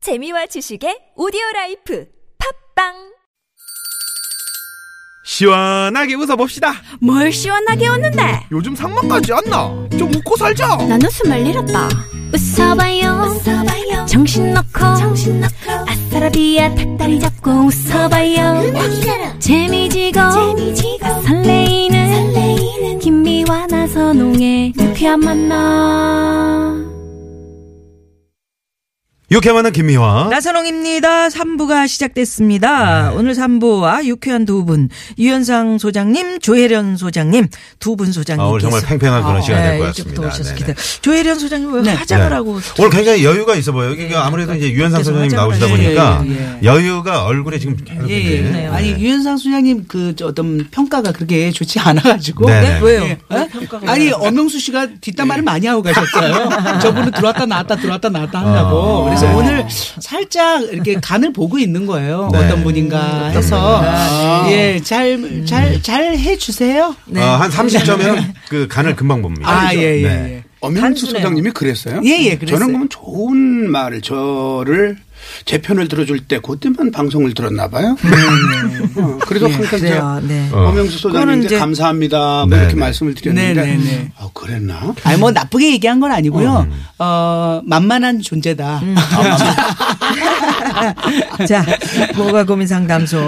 재미와 지식의 오디오 라이프 팝빵 시원하게 웃어봅시다. 뭘 시원하게 웃는데 요즘 상만까지 안 나. 좀 웃고 살자. 난 웃음을 잃었다 웃어봐요, 정신 놓고 아싸라비아 닭다리 잡고 웃어봐요 재미지고, 설레이는, 김미와 나선홍의 유쾌한 만남 유쾌만한 김미화. 나선홍입니다. 3부가 시작됐습니다. 네. 오늘 3부와 유쾌한 두 분, 유현상 소장님, 조혜련 소장님, 두 분 소장님. 아, 오늘 정말 팽팽한 그런 시간이 될 것 일찍부터 같습니다. 오셔서 네네. 기대. 조혜련 소장님 왜 화장을 네. 하고. 오늘 굉장히 여유가 있어 보여요. 여기가 아무래도 이제 유현상 밖에서 선생님 화장을 나오시다 하시네. 보니까 예, 여유가 얼굴에 지금 계속 예, 이제, 예. 네. 그러네요. 아니 유현상 소장님 그저 어떤 평가가 그렇게 좋지 않아가지고. 네. 네? 왜요? 예. 왜 어? 평가가 아니 그래요? 엄영수 씨가 뒷담화를 많이 하고 가셨어요. 저분은 들어왔다 나왔다 들어왔다 나왔다 한다고. 어. 그래서 네. 오늘 살짝 이렇게 간을 보고 있는 거예요. 네. 어떤 분인가 음. 네. 해서 예잘 잘 잘 해주세요. 어, 한 30점에는 그 간을 금방 봅니다. 아 예예 예. 네. 엄영수 단순해요. 소장님이 그랬어요? 예, 예, 뭐 그랬어요. 저는 그러면 좋은 말을 저를 제 편을 들어줄 때 그때만 방송을 들었나 봐요. 어, 그래서 뭐 항상 제가 그래요. 네. 어, 엄영수 소장님 그거는 이제 이제- 감사합니다. 네, 뭐 이렇게 네. 말씀을 드렸는데 네, 네, 네. 아, 그랬나? 아니 뭐 나쁘게 얘기한 건 아니고요. 어 만만한 존재다. 자, 뭐가 고민 상담소.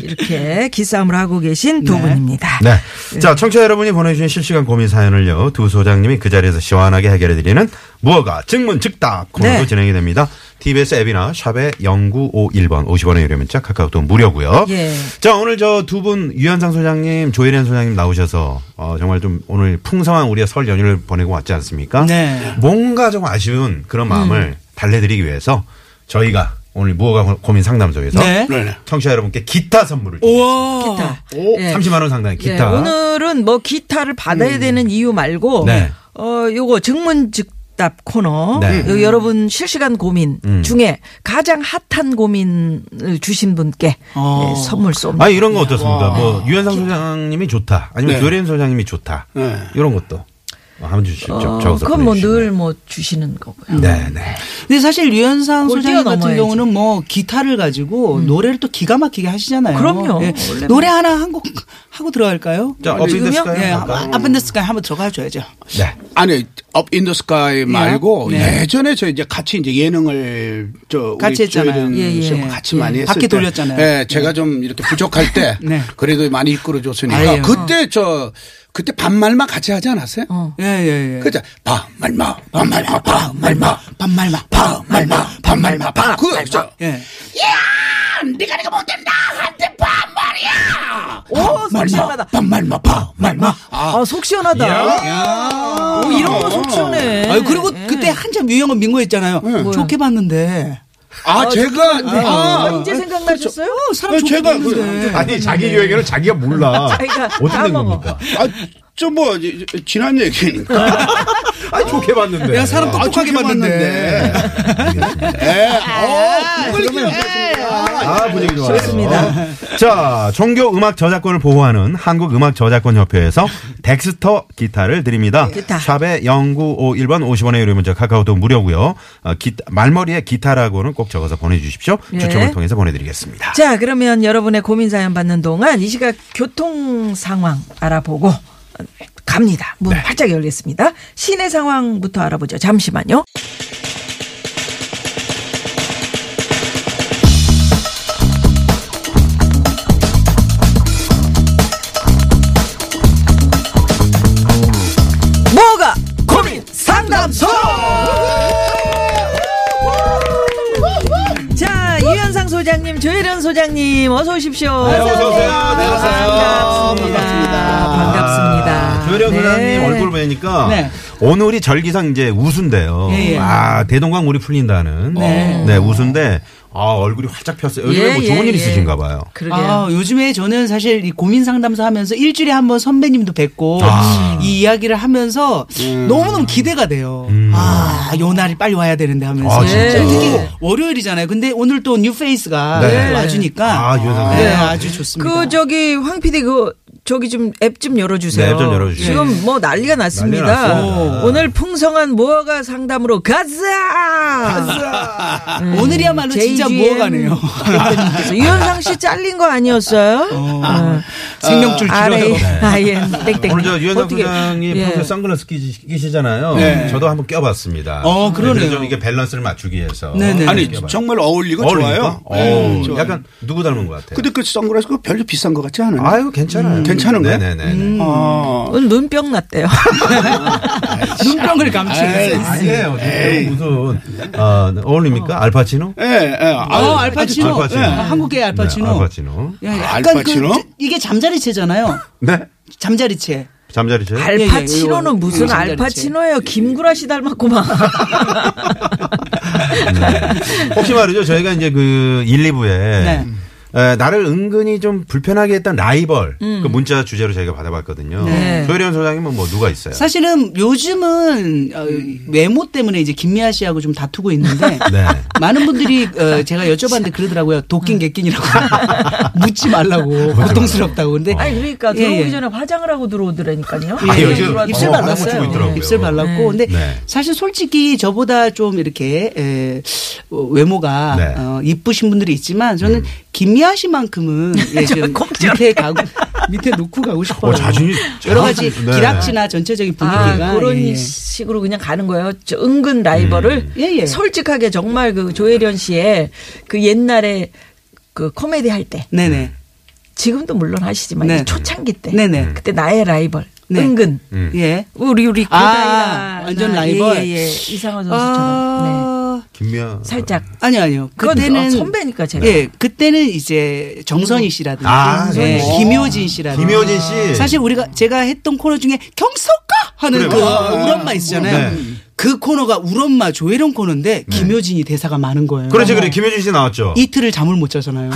이렇게 기싸움을 하고 계신 두 분입니다. 네. 자, 청취자 여러분이 보내주신 실시간 고민 사연을요, 두 소장님이 그 자리에서 시원하게 해결해드리는 무허가 증문 즉답 코너로 네. 진행이 됩니다. TBS 앱이나 샵의 0951번 50원의 유료 문자 카카오톡 무료고요 예. 자, 오늘 저 두 분 유현상 소장님, 조혜련 소장님 나오셔서 어, 정말 좀 오늘 풍성한 우리의 설 연휴를 보내고 왔지 않습니까? 네. 뭔가 좀 아쉬운 그런 마음을 달래드리기 위해서 저희가 오늘 무허가 고민 상담소에서 네. 네. 청취자 여러분께 기타 선물을 우와. 기타. 오, 예. 30만 원 상당의 네, 기타. 오늘은 뭐 기타를 받아야 되는 이유 말고 네. 어 요거 증문즉답 코너 네. 요 여러분 실시간 고민 음. 중에 가장 핫한 고민을 주신 분께 어. 예, 선물 쏩니다. 아 이런 거 어떻습니까? 뭐 유현상 소장님이 좋다, 아니면 네. 조혜린 소장님이 좋다, 네. 이런 것도 뭐 한번 주시죠. 어, 적어서 그건 뭐 늘 보내주시면. 뭐 주시는 거고요. 네, 네. 근데 사실 유현상 그걸 소장님 같은 뛰어넘어야지. 경우는 뭐 기타를 가지고 노래를 또 기가 막히게 하시잖아요. 음. 그럼요. 어, 예. 원래 노래 하나 한 곡 하고 들어갈까요? 자, 어필됐을까요? 예, 아픈데스까지 한번 들어가 줘야죠. 네. 아니 업 인더 스카이 말고 네. 예전에 저 이제 같이 이제 예능을 저 같이 우리 했잖아요. 조혜련 예, 예. 씨하고 뭐 같이 예. 많이 했을 바퀴 때 돌렸잖아요. 예, 제가 좀 이렇게 부족할 때 네. 그래도 많이 이끌어 줬으니까 아유. 그때 저 그때 반말만 같이 하지 않았어요? 예, 예, 예. 그죠? 반말마, 반말마, 반말마, 반말마, 반말마, 반말마, 반말마. 그죠? 예. 네가 내가 못된다. 한테 반말이야. 오, 어, 속 시원하다. 반말마, 반말마. 아, 속 시원하다. 오, 이런 거 속 시원해. 예. 아유, 그리고 그때 한참 유형은 민고했잖아요. 좋게 봤는데. 아, 제가 아, 아, 이제 생각나셨어요? 그렇죠. 어, 사람 좋게 제가 그- 봤는데. 아니 자기 유행에는 자기가 몰라. 네. 자기가 그러니까 다 어떻게 된 먹어. 겁니까? 아, 좀뭐 지난 얘기니까. 아니 좋게 봤는데. 야, 사람 아, 똑똑하게 좋게 봤는데. 에, 어, 그걸 아, 분위기 좋아요. 좋습니다. 자, 종교 음악 저작권을 보호하는 한국 음악 저작권 협회에서 덱스터 기타를 드립니다. 기타. 샵에 0951번 50원의 유료 문자 카카오톡 무료고요. 어, 기타, 말머리에 기타라고는 꼭 적어서 보내 주십시오. 예. 추첨을 통해서 보내 드리겠습니다. 자, 그러면 여러분의 고민 사연 받는 동안 이 시각 교통 상황 알아보고 갑니다. 문 활짝 열겠습니다. 시내 상황부터 알아보죠. 잠시만요. 뭐가 고민 상담소! 자, 유현상 소장님, 조혜련 소장님, 어서 오십시오. 어서 오세요. 네, 어서 오세요. 아, 반갑습니다. 반갑습니다. 조혜령 네. 소장님 얼굴 보니까 네. 오늘이 절기상 이제 우수인데요. 예, 예. 아 대동강 물이 풀린다는 네, 네. 우수인데 아 얼굴이 활짝 폈어요. 요즘에 예, 뭐 좋은 예, 일 예. 있으신가 봐요. 그러게요. 아, 요즘에 저는 사실 이 고민 상담소 하면서 일주일에 한 번 선배님도 뵙고 아. 이 이야기를 하면서 음. 너무너무 기대가 돼요. 아, 요 날이 빨리 와야 되는데 하면서. 네, 아, 진짜? 특히 월요일이잖아요. 근데 오늘 또 뉴페이스가 네. 와주니까 아, 유현상 네, 선생님. 아주 좋습니다. 그 저기 황 PD 그 저기 좀 앱 좀 열어주세요. 그러니까. 네, 앱좀 열어주세요. 지금 뭐 난리가 난리 났습니다. 났습니다. 오늘 풍성한 무허가 상담으로 가자. 오늘이야말로 진짜 JGM 무어가네요. 대표님께서 유현상 씨 잘린 거 아니었어요? 어. 생명줄 아래 길어요. 아예 땡땡. 오늘 저 유현상 어떻게- 소장이 예. 평소 선글라스 끼시- 끼시잖아요. 네. 저도 한번 껴봤습니다. 어, 그러네요. 그래서 좀 이게 밸런스를 맞추기 위해서. 네네. 한번 아니 껴봤- 정말 어울리고 어울립니까? 좋아요. 네, 어우, 좋아요. 약간 누구 닮은 것 같아요? 근데 그 선글라스 그 별로 비싼 것 같지 않아요? 아유 괜찮아요. 음. 괜찮은 거예요? 네네네. 아, 오늘 눈병 났대요. 눈병을 감추고. 에이. 아니에요. 예. 지금 무슨 어, 어울립니까? 알파치노? 네, 예, 예. 아, 아, 알파치노. 알파치노. 예, 한국계 알파치노. 네, 알파치노. 야, 약간 알파치노? 그, 이게 잠자리채잖아요. 네. 잠자리채. 잠자리 제 예, 알파치노는 이거- 무슨 이거 알파치노예요? 김구라 씨 닮았구만. 네. 혹시 말이죠. 저희가 이제 그 1, 2부에 네. 에, 나를 은근히 좀 불편하게 했던 라이벌 그 문자 주제로 저희가 받아봤거든요. 네. 조혜련 소장님은 뭐 누가 있어요? 사실은 요즘은 어, 음. 외모 때문에 이제 김미아 씨하고 좀 다투고 있는데 네. 많은 분들이 어, 제가 여쭤봤는데 그러더라고요. 음. 도끼 객끼니라고 묻지 말라고 고통스럽다고. 근데 아니 그러니까 예, 들어오기 예. 전에 화장을 하고 들어오더라니까요. 아, 예, 요즘 입술 들어와서- 입술 어, 발랐어요. 발랐어요. 깜빡이고 있더라고요. 입술 발랐고 근데 네. 사실 솔직히 저보다 좀 이렇게 에, 어, 외모가 네. 음. 어, 이쁘신 분들이 있지만 저는 김미아 씨만큼은 예, 좀 밑에 가고 밑에 놓고 가고 싶어요. 어, 자신이 뭐 여러 가지 네. 기락지나 전체적인 아, 분위기가 그런 예. 식으로 그냥 가는 거예요. 저 은근 라이벌을 예, 예. 솔직하게 정말 그 조혜련 씨의 그 옛날에 그 코미디 할 때 네네. 지금도 물론 하시지만 네. 이 초창기 때 네네. 그때 나의 라이벌 네. 은근 음. 예. 우리 우리 아, 고다이라 완전 라이벌. 예, 예, 예. 이상화 선수처럼 아, 김미아 네. 살짝 아니요, 아니요. 그건 어, 그때는 선배니까 제가. 음. 예, 그때는 이제 정선희 씨라든지 아, 예, 정선희 씨. 김효진 씨라든지 김효진 씨. 사실 우리가 제가 했던 코너 중에 경석가 하는 그래요. 아. 그 울엄마 있잖아요. 네. 그 코너가 울엄마 조혜령 코너인데 김효진이 대사가 많은 거예요. 어. 그렇지 그래 김효진 씨 나왔죠. 뭐 이틀을 잠을 못 자잖아요.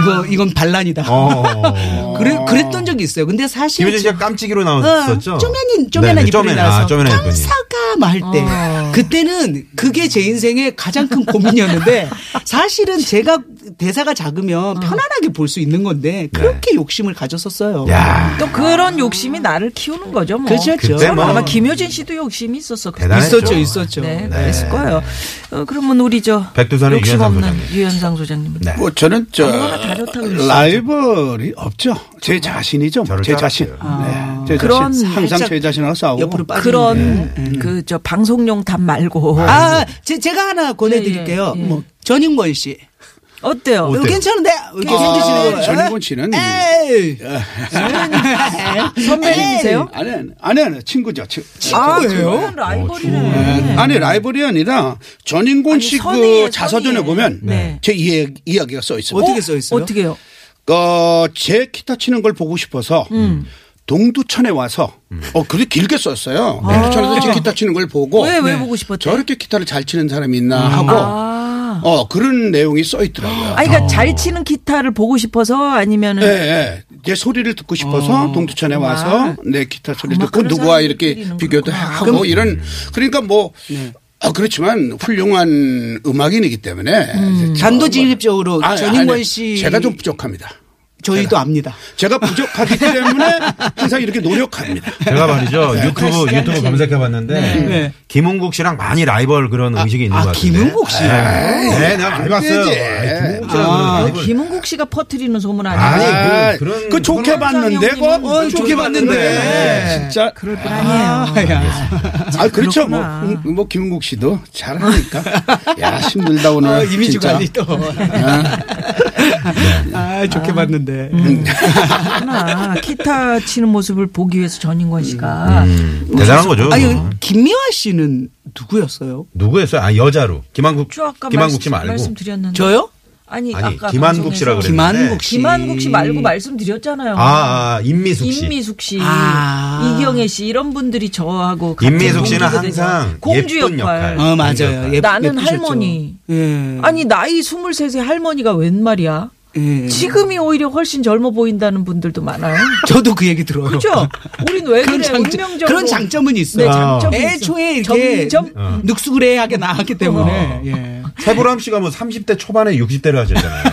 이거 이건 반란이다. 어. 그래 그랬던 적이 있어요. 근데 사실 김효진 씨가 깜찍이로 나왔었죠. 어, 쪼맨이 쪼맨한 어, 네네, 이불이 쪼맨, 아, 나와서 쪼맨한 이불이. 경사가 말때 어. 그때는 그게 제 인생의 가장 큰 고민이었는데 사실은 제가 대사가 작으면 어. 편안하게 볼 수 있는 건데 그렇게 욕심을 가졌었어요. 네. 야. 또 그런 욕심이 나를 키우는 거죠. 뭐. 그렇죠. 그때 저는 뭐 아마 김효진 씨도 욕심이 있었어. 대단했죠. 있었죠, 있었죠. 네, 네. 그랬을 거예요. 어, 그러면 우리 저 백두산의 욕심 유현상 없는 소장님. 유현상 소장님. 네. 뭐 저는 저 아무거나 다 좋다고 그러시죠. 라이벌이 없죠. 제 자신이죠. 저를 제 자신. 따랐어요. 네. 제 아. 그런 자신. 항상 살짝 제 자신하고 싸우고. 옆으로 빠지는 그런 게. 그 저 방송용 답 말고 아, 제, 제가 하나 권해드릴게요. 예, 예. 뭐 전인권 씨. 어때요? 이거 괜찮은데? 이렇게 생기시는 거예요. 어, 전인권 씨는- 뭐, 에이. 선배님이세요? 아니, 아니, 아니, 아니, 친구죠. 친 아, 그건 라이벌이네. 아니 라이벌이 아니라 전인곤 아니, 씨 선의예요, 그 자서전에 선의. 보면 네. 제 이해, 이야기가 써 있어요. 어떻게 써 있어요? 어떻게요? 어, 제 기타 치는 걸 보고 싶어서 음. 동두천에 와서 음. 어 그래 길게 썼어요. 동두천에서 제 기타 치는 걸 보고 아. 왜, 왜 보고 아. 싶었대? 저렇게 기타를 잘 치는 사람이 있나 하고 어 그런 내용이 써 있더라고요. 아니, 그러니까 잘 치는 기타를 보고 싶어서 아니면은 예, 예. 내 소리를 듣고 싶어서 동두천에 와서 내 기타 소리 정말 듣고 그런 누구와 사람들이 이렇게 있는구나. 아, 비교도 하고 이런 그러니까 뭐 아, 그렇지만 훌륭한 음악인이기 때문에 이제 단도직입적으로 아니, 전인권 아니, 씨 제가 좀 부족합니다. 저희도 압니다. 제가 부족하기 때문에 항상 이렇게 노력합니다. 제가 말이죠 유튜브 유튜브 검색해봤는데 네. 김은국 씨랑 많이 라이벌 그런 의식이 있는 것 아, 같은데. 김은국 씨. 네, 네, 내가 많이 봤어요. 되지. 아이, 김은국 씨랑 아, 그런 라이벌. 김은국 씨가 퍼뜨리는 소문 네. 아니, 아니에요? 아, 그- 그런- 그 좋게 그런 봤는데, 그 상황이면 어, 좋게 좋게 봤는데. 봤는데. 진짜. 아니에요. 아, 그렇죠. 뭐, 그렇구나. 음, 뭐, 김은국 씨도 잘하니까. 야, 힘들다, 오늘. 어, 이미지 진짜. 관리 또. 네. 아, 좋게 봤는데. 음. 음, 그렇구나. 기타 치는 모습을 보기 위해서 전인권 씨가 음, 대단한 거죠. 아니, 그 김미화 씨는 누구였어요? 누구였어요? 아 여자로 김한국 저 아까 김한국 씨 말씀- 말고 말씀드렸는데 저요? 아니, 아니 아까 김한국 씨라 방송에서 그랬는데 김한국 씨. 김한국 씨 말고 말씀드렸잖아요. 아, 아 임미숙 씨. 임미숙 씨, 아. 이경애 씨 이런 분들이 저하고 임미숙 씨는 공주거든요. 항상 공주 예쁜 역할. 어, 맞아요. 김미화. 예, 나는 예쁘셨죠. 할머니. 예. 아니 나이 23세 할머니가 웬 말이야? 예. 지금이 오히려 훨씬 젊어 보인다는 분들도 많아요. 저도 그 얘기 들어요. 그죠? 우린 왜 그래? 운명적으로 그런 장점은 있어요. 아, 네, 장점이 있어. 애초에 이렇게 점점 어. 늑수그레하게 나왔기 때문에. 예. 세보람 씨가 뭐 30대 초반에 60대를 하셨잖아요.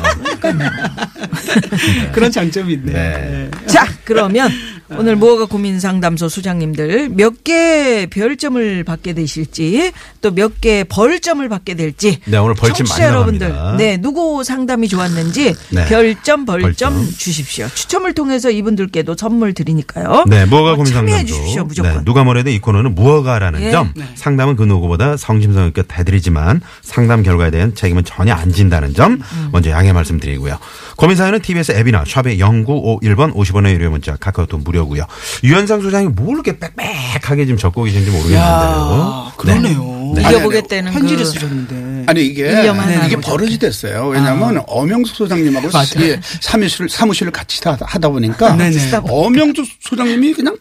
그런 장점이 있네요. 네. 네. 자, 그러면 오늘 무허가 고민 상담소 수장님들 몇 개 별점을 받게 되실지 또 몇 개 벌점을 받게 될지. 네, 오늘 벌침 청취자 많이 여러분들, 나갑니다. 네, 누구 상담이 좋았는지 네. 별점 벌점 벌점. 주십시오. 추첨을 통해서 이분들께도 선물 드리니까요. 네, 무허가 어, 고민 참여해 상담소. 주십시오, 무조건. 네, 누가 뭐래도 이 코너는 무허가라는 예. 점. 상담은 그 누구보다 성심성 있게 대드리지만 상담 결과에 대한 책임은 전혀 안 진다는 점 음. 먼저 양해 말씀드리고요. 고민 사연은 TBS 앱이나 샵의 0951번 50원의 유료 문자 카카오톡 무료고요. 유현상 소장이 뭘 이렇게 빽빽하게 지금 적고 계신지 모르겠는데요. 야, 그러네요. 네. 이겨보겠다는 편지를 그 쓰셨는데. 아니 이게 네. 일념 하나 이게 보셨죠. 버릇이 됐어요. 아. 왜냐하면 엄영수 소장님하고 예, 사무실 사무실을 같이 다- 하다 보니까 아, 아, 네네. 엄영수 소장님이 그냥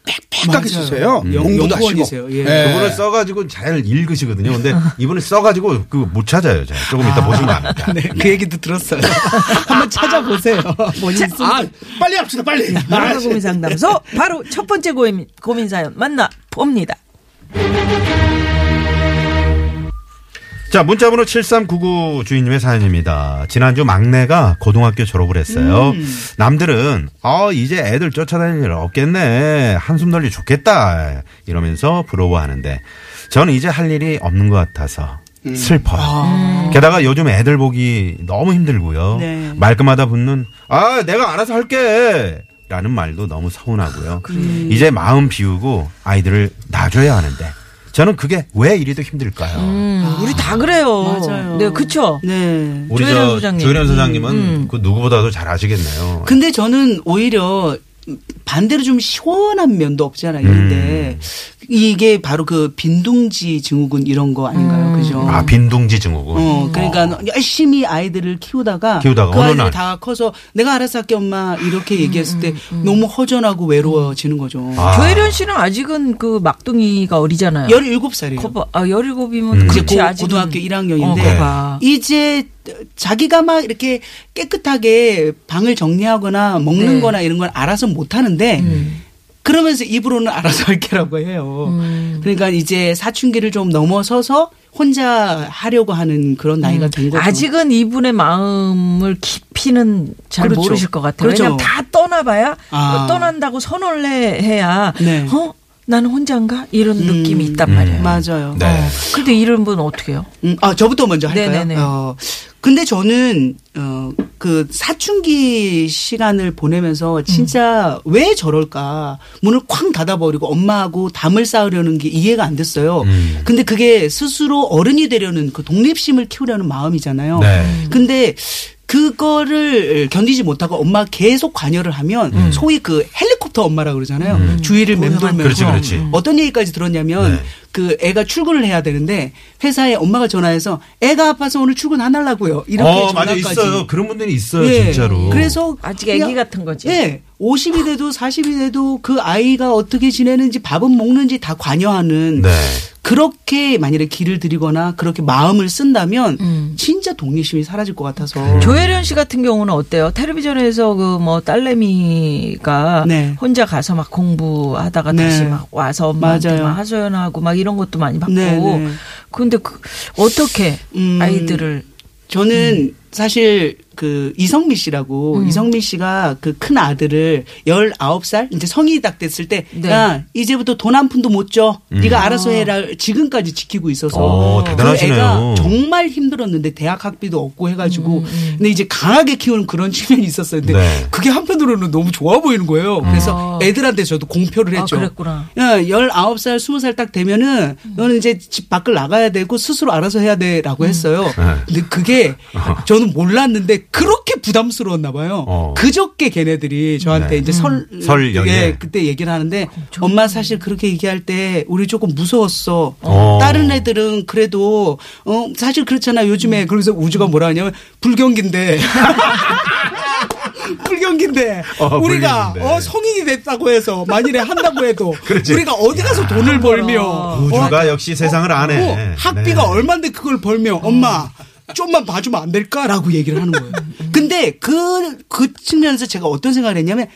맞아요. 빽빽하게 쓰세요. 음. 공부도 연구원이세요. 하시고. 네. 예. 그분을 써가지고 잘 읽으시거든요. 근데 이분을 써가지고 그 못 찾아요. 제가. 조금 이따 보시면 압니다. 네, 그 얘기도 들었어요. 한번 찾아보세요. 본인 쓴 아 빨리 합시다 음. 빨리. 무허가 고민 상담소 바로 첫 번째 고민, 고민 사연 만나 봅니다. 자, 문자번호 7399 주인님의 사연입니다. 지난주 막내가 고등학교 졸업을 했어요. 남들은, 어, 이제 애들 쫓아다닐 일 없겠네. 한숨 돌리 좋겠다. 이러면서 부러워하는데, 저는 이제 할 일이 없는 것 같아서 슬퍼요. 게다가 요즘 애들 보기 너무 힘들고요. 네. 말끝마다 붙는, 아, 내가 알아서 할게. 라는 말도 너무 서운하고요. 이제 마음 비우고 아이들을 놔줘야 하는데, 저는 그게 왜 이리도 힘들까요? 음, 우리 다 그래요. 맞아요. 네, 그쵸? 네. 우리 조혜련 저 소장님. 조혜련 소장님은 그 누구보다도 잘 아시겠네요. 음, 근데 저는 오히려 반대로 좀 시원한 면도 없지 않아 음. 있는데 이게 바로 그 빈둥지 증후군 이런 거 아닌가요? 그죠? 아 빈둥지 증후군. 어, 그러니까 열심히 아이들을 키우다가, 키우다가 그 어느 아이들이 날. 음, 다 커서 내가 알아서 할게 엄마 이렇게 얘기했을 때 너무 허전하고 외로워지는 거죠. 아. 조혜련 씨는 아직은 그 막둥이가 어리잖아요. 17살이에요. 음. 거봐, 아, 17이면 이제 그렇지, 고- 아직은. 고등학교 1학년인데 어, 거봐. 이제 자기가 막 이렇게 깨끗하게 방을 정리하거나 먹는 네. 음. 거나 이런 걸 알아서 못 하는데 그러면서 입으로는 알아서 할게라고 해요. 음. 그러니까 이제 사춘기를 좀 넘어서서 혼자 하려고 하는 그런 나이가 된 거죠. 아직은 이분의 마음을 깊이는 잘 그렇죠. 모르실 것 같아요. 그렇죠. 왜냐면 다 떠나봐야 아. 어, 떠난다고 선언을 해- 해야 네. 음. 어 나는 혼자인가 이런 느낌이 있단 말이에요. 맞아요. 네. 어. 근데 이런 분 어떻게 해요? 음, 아, 저부터 먼저 할까요? 네네네. 어, 근데 저는, 어, 그 사춘기 시간을 음. 보내면서 진짜 왜 저럴까. 문을 쾅 닫아버리고 엄마하고 담을 쌓으려는 게 이해가 안 됐어요. 음. 근데 그게 스스로 어른이 되려는 그 독립심을 키우려는 마음이잖아요. 네. 근데 그거를 견디지 못하고 엄마 계속 관여를 하면 음. 소위 그 헬리콥터 엄마라 그러잖아요. 주위를 네, 맴돌면서 그렇지, 그렇지. 음. 어떤 얘기까지 들었냐면 네. 그 애가 출근을 해야 되는데 회사에 엄마가 전화해서 애가 아파서 오늘 출근 안 하려고요. 이렇게 어 맞아 전화까지. 있어요. 그런 분들이 있어요 예. 진짜로. 그래서 아직 애기 그냥- 같은 거지. 예. 50이 돼도 40이 돼도 그 아이가 어떻게 지내는지 밥은 먹는지 다 관여하는 네. 그렇게 만일에 길을 들이거나 그렇게 마음을 쓴다면 진짜 독립심이 사라질 것 같아서 그렇죠. 조혜련 씨 같은 경우는 어때요? 텔레비전에서 그 뭐 딸내미가 네. 혼자 가서 막 공부하다가 네. 다시 막 와서 엄마한테 맞아요. 막 하소연하고 막 이런 것도 많이 받고. 네, 네. 근데 그 어떻게 음. 아이들을 저는 음. 사실 그 이성미 씨라고 이성미 씨가 그 큰 아들을 19살 이제 성인이 딱 됐을 때 네. 야, 이제부터 돈 한 푼도 못 줘. 네가 알아서 해라. 지금까지 지키고 있어서 음. 아. 어, 대단하시네요. 그 애가 정말 힘들었는데 대학 학비도 없고 해 음, 가지고 근데 이제 강하게 키우는 그런 측면이 있었어요. 근데 네. 그게 한편으로는 너무 좋아 보이는 거예요. 그래서 애들한테 저도 공표를 아, 했죠. 그랬구나. 야, 예, 19살, 20살 딱 되면은 너는 이제 집 밖을 나가야 되고 스스로 알아서 해야 돼라고 음. 했어요. 네. 근데 그게 저는 몰랐는데 그렇게 부담스러웠나 봐요. 어. 그저께 걔네들이 네. 저한테 이제 설, 설 연휴. 예, 그때 얘기를 하는데 엄마 사실 그렇게 얘기할 때 우리 조금 무서웠어. 어. 다른 애들은 그래도 어, 사실 그렇잖아 요즘에. 음. 그래서 우주가 뭐라 하냐면 불경기인데. 불경기인데 어, 우리가 불경기인데. 어, 성인이 됐다고 해서 만일에 한다고 해도 그렇지. 우리가 어디 가서 돈을 벌며 우주가 어, 역시 세상을 아네. 어, 학비가 네. 얼만데 그걸 벌며 엄마 어. 좀만 봐주면 안 될까라고 얘기를 하는 거예요. 근데 그 그 측면에서 제가 어떤 생각을 했냐면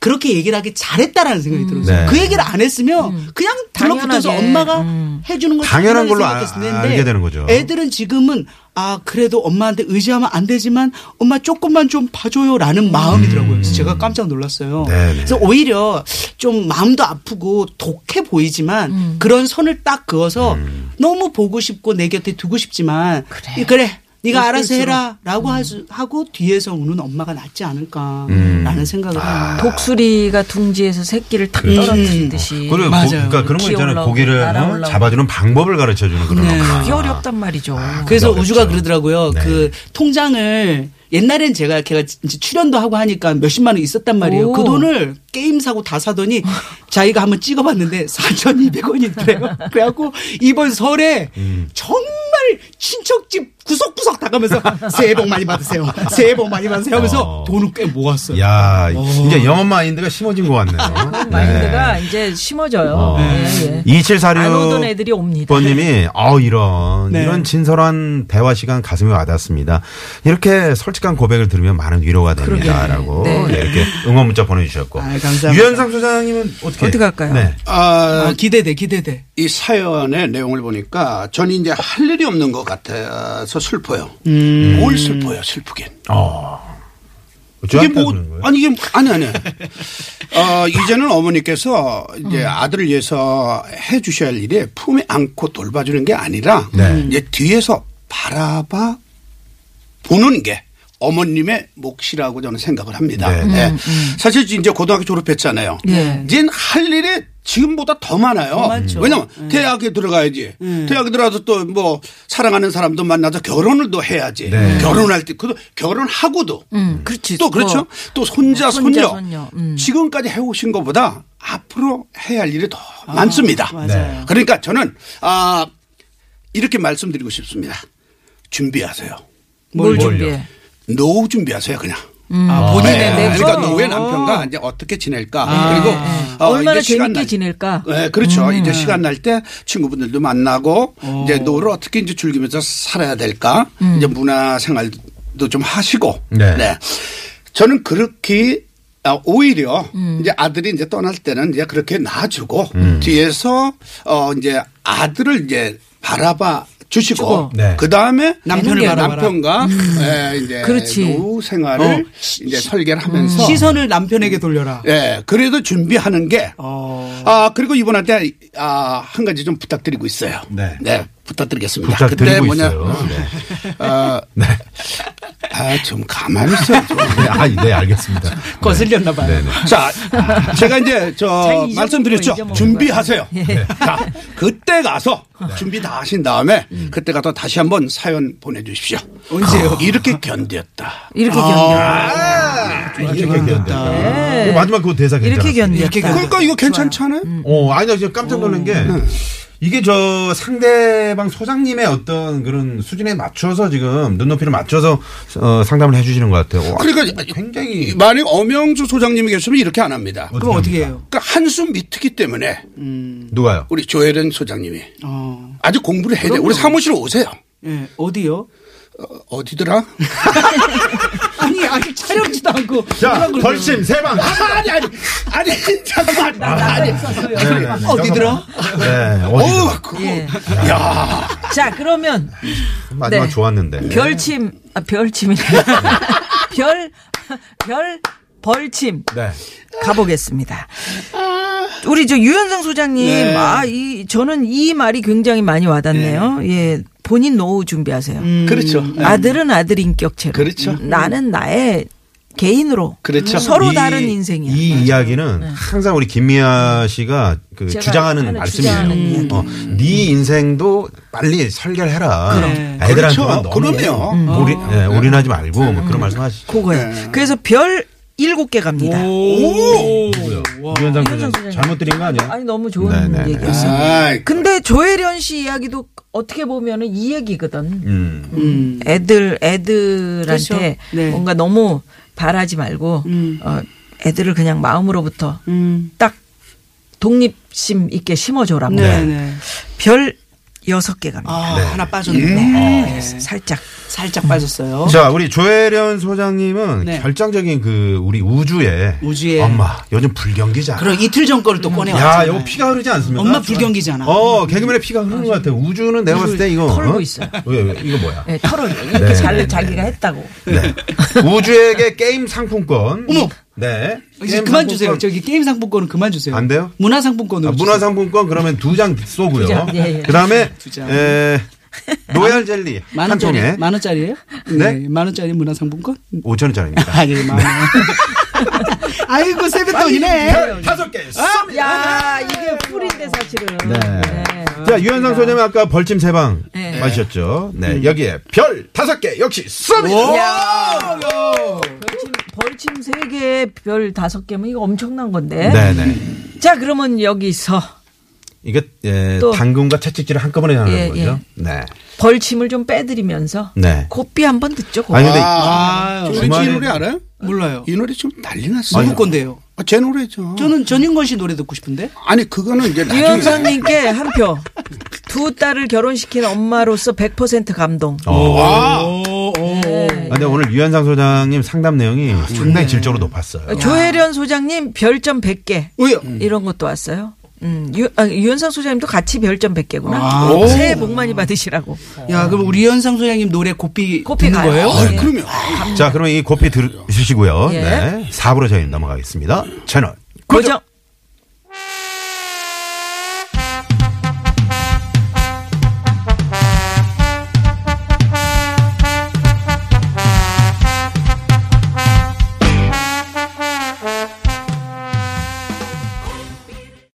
그렇게 얘기를 하기 잘했다라는 생각이 들었어요. 네. 그 얘기를 안 했으면 그냥 들러붙어서 음. 당연하게. 엄마가 음. 해주는 걸 당연한 당연하게 걸로 아- 생각했을 텐데 알게 되는 거죠. 애들은 지금은 아 그래도 엄마한테 의지하면 안 되지만 엄마 조금만 좀 봐줘요라는 마음이더라고요. 그래서 제가 깜짝 놀랐어요. 네네. 그래서 오히려 좀 마음도 아프고 독해 보이지만 음. 그런 선을 딱 그어서 너무 보고 싶고 내 곁에 두고 싶지만 그래. 음. 이- 그래 네가 어쩔 알아서 줄은. 해라라고 하수- 하고 뒤에서 우는 엄마가 낫지 않을까라는 생각을 해요. 아. 독수리가 둥지에서 새끼를 탁 떨어뜨리듯이. 그리고 고, 맞아요. 그러니까 그런 거 있잖아요. 기어올라오고 고기를 어? 날아올라오고. 잡아주는 방법을 가르쳐 주는 그런 네. 엄마. 그게 어렵단 말이죠. 그래서 어렵죠. 우주가 그러더라고요. 그렇죠. 네. 그 통장을 옛날엔 제가 걔가 이제 출연도 하고 하니까 몇십만 원 있었단 말이에요. 오. 그 돈을 게임 사고 다 사더니 자기가 한번 찍어봤는데 4,200원이더래요. 그래갖고 이번 설에 음. 정말 친척집 구석구석 다 가면서 새해 복 많이 받으세요. 새해 복 많이 받으세요 하면서 어. 돈을 꽤 모았어요. 야, 이제 영업 마인드가 심어진 것 같네요. 마인드가 이제 심어져요. 어. 예, 네. 예. 안 오던 애들이 옵니다. 네. 2746번님이 어 이런 네. 이런 진솔한 대화 시간 가슴에 와닿습니다. 이렇게 솔직한 고백을 들으면 많은 위로가 됩니다라고 그러게요. 네. 네, 이렇게 응원 문자 보내주셨고 아, 감사합니다. 유현상 소장님은 어떻게 어떻게 할까요? 네. 아, 아, 기대돼, 기대돼. 이 사연의 내용을 보니까 저는 이제 할 일이 없는 것 같아서 슬퍼요. 음. 뭘 슬퍼요, 슬프긴. 이게 어. 저한테 뭐 그러는 거예요? 아니 이게 뭐- 아니 아니. 어, 이제는 어머니께서 이제 아들을 위해서 해 주셔야 할 일에 품에 안고 돌봐주는 게 아니라 네. 이제 뒤에서 바라봐 보는 게 어머님의 몫이라고 저는 생각을 합니다. 네. 예. 사실 이제 고등학교 졸업했잖아요. 네. 이제 할 일이 지금보다 더 많아요. 많죠. 왜냐면 대학에 들어가야지. 대학에 들어가서 또 뭐 사랑하는 사람도 만나서 결혼을 또 해야지. 네. 결혼할 때, 그 결혼하고도 음, 그렇지. 또 그렇죠. 또 손자, 손자, 손자 손녀. 손녀. 음. 지금까지 해오신 것보다 앞으로 해야 할 일이 더 많습니다. 맞아요. 네. 그러니까 저는 아 이렇게 말씀드리고 싶습니다. 준비하세요. 뭘 뭘요? 준비해? 노후 준비하세요, 그냥. 아, 본인의 네. 내부. 그러니까 노후의 남편과 이제 어떻게 지낼까 그리고 어, 아, 네. 얼마나 이제 시간 재밌게 날- 지낼까? 음. 네, 그렇죠. 이제 시간 날 때 친구분들도 만나고 이제 노후를 어떻게 이제 즐기면서 살아야 될까 음. 이제 문화 생활도 좀 하시고 네. 네. 저는 그렇게 아, 오히려 음. 이제 아들이 이제 떠날 때는 이제 그렇게 놔주고 음. 뒤에서 어 이제 아들을 이제 바라봐 주시고 주고. 네. 그 다음에 남편을 바라봐라. 남편과 예, 이제 그렇지. 노후 생활을 어. 이제 설계를 어. 하면서 시선을 남편에게 돌려라. 예, 그래도 준비하는 게, 어. 아, 그리고 이분한테, 아, 한 가지 좀 부탁드리고 있어요. 네. 부탁드리겠습니다. 부탁드리고 그때 있어요. 네. 아, 아, 좀 가만히 있어요. 좀. 네, 아, 네, 알겠습니다. 거슬렸나 봐요. 자, 제가 이제 잘 저 잊어먹은 거 말씀드렸죠. 잊어먹은 준비하세요. 자, 그때 가서 네. 준비 다 하신 다음에 그때 가서 다시 한번 사연 보내주십시오. 언제요? 이렇게 견뎠다. 아. 아, 이렇게 견뎌. 이렇게 견뎌. 어, 마지막 그 대사 괜찮았어요. 이렇게 견뎌. 이렇게 견뎌. 그러니까 이거 괜찮지 않아요? 음. 어, 아니요. 지금 깜짝 놀란 게 음. 이게 저 상대방 소장님의 어떤 그런 수준에 맞춰서 지금 눈높이를 맞춰서 어, 상담을 해주시는 것 같아요. 어, 와, 그러니까 굉장히 만약 엄영주 소장님이 계셨으면 이렇게 안 합니다. 그럼 어떻게 합니까? 해요? 그러니까 한숨 밑이기 때문에 아, 누가요? 어, 우리 조혜련 소장님이 어. 아주 공부를 해야 돼요. 우리 사무실 오세요. 예, 어디요? 어, 디더라 아니, 아니, 촬영지도 않고. 자, 벌침 세 방. 아니, 아니, 아니, 잠깐만. 아니, 네, 네, 네. 어디더라? 네, 어디더라? 어, 그거. 예. 야 자, 그러면 마지막 네. 좋았는데. 별침, 아, 별침이네. 별, 별, 벌침. 네. 가보겠습니다. 우리 저 유현상 소장님, 네. 아, 이, 저는 이 말이 굉장히 많이 와닿네요. 예. 본인 노후 준비하세요. 그렇죠. 아들은 아들 인격체로. 그렇죠. 음, 나는 나의 개인으로. 음, 그렇죠. 서로 이- 다른 인생이야. 네. 이 이야기는 항상 우리 김미아 씨가 그 제가 주장하는 하는 말씀이에요. 주장하는 이야기. 어, 네 인생도 빨리 설계해라. 그래. 애들한테 그렇죠. 너무 그럼요. 음. 올인, 어. 예, 네. 올인하지 말고 뭐 음. 그런 말씀 하시죠. 그거야. 네. 그래서 별 일곱 개 갑니다. 오. 유현상 유현상 소장 잘못 드린 거 아니에요? 아니, 너무 좋은 네네네. 얘기였어. 아이, 그 근데 조혜련 씨 이야기도 어떻게 보면은 이 얘기거든. 음. 음. 애들 애들한테 그렇죠. 네. 뭔가 너무 바라지 말고 어, 애들을 그냥 마음으로부터 음. 딱 독립심 있게 심어줘라고 네, 네. 별 여섯 개 갑니다. 아, 네. 아, 예. 하나 빠졌네. 아, 그래서 살짝. 살짝 빠졌어요. 자, 우리 조혜련 소장님은 네. 결정적인 그 우리 우주에 우주에. 엄마 요즘 불경기잖아. 그럼 이틀 전 거를 또 음. 야, 꺼내왔잖아요. 이거 피가 흐르지 않습니까? 네. 엄마 불경기잖아. 어, 개그맨의 피가 흐르는 것 같아. 우주는 내가 봤을 때 이거 털고 어? 있어요. 왜, 왜, 이거 뭐야? 네, 털을 이렇게 네, 잘 네, 자기가 했다고. 네. 우주에게 게임 상품권. 어머! 네. 이제 게임 상품권. 그만 주세요. 저기 게임 상품권은 그만 주세요. 안 돼요? 문화 상품권으로. 아, 문화 상품권 그러면 두 장 쏘고요. 두 장, 예, 예. 그다음에 두 장. 에, 로얄 젤리 만 한 원짜리. 통에 만 원짜리예요? 네? 만 원짜리 문화 상품권? 5천 원짜리입니다. 아니, 만 원. 아이고 세뱃돈이네. 다섯 개. 아, 야, 이게 풀인데 사실은. 네. 자 유현상 소장님 아까 벌침 세 방 네. 마셨죠. 네 여기에 별 다섯 개 역시 쏩니다. 야. 벌침, 벌침 세 개, 별 다섯 개면 뭐 이거 엄청난 건데. 네네. 자, 그러면 여기서 이거 예, 또. 당근과 채찍질을 한꺼번에 하는 예, 거죠. 예. 네. 벌침을 좀 빼드리면서 네. 고삐 한번 듣죠. 고삐. 아니 근데 네. 아, 우리 주말에- 이 노래 알아요? 몰라요. 이 노래 지금 난리 났어요. 누구 건데요? 아, 제 노래죠. 저는 전인권 씨 노래 듣고 싶은데. 아니 그거는 이제 나중에 유현상님께 한 표. 두 딸을 결혼시킨 엄마로서 100% 감동. 아, 근데 오늘 유현상 소장님 상담 내용이 아, 네. 상당히 질적으로 높았어요. 조혜련 소장님 별점 100개. 왜요? 음. 이런 것도 왔어요. 음, 유, 아, 유현상 소장님도 같이 별점 100개구나. 새해 복 많이 받으시라고. 어, 야, 그럼 우리 현상 소장님 노래 고삐 고삐 듣는 가요. 거예요? 예. 아, 그러면 자, 그러면 이 고삐 들으시고요. 네. 예. 네. 4부로 저희 넘어가겠습니다. 채널 고정.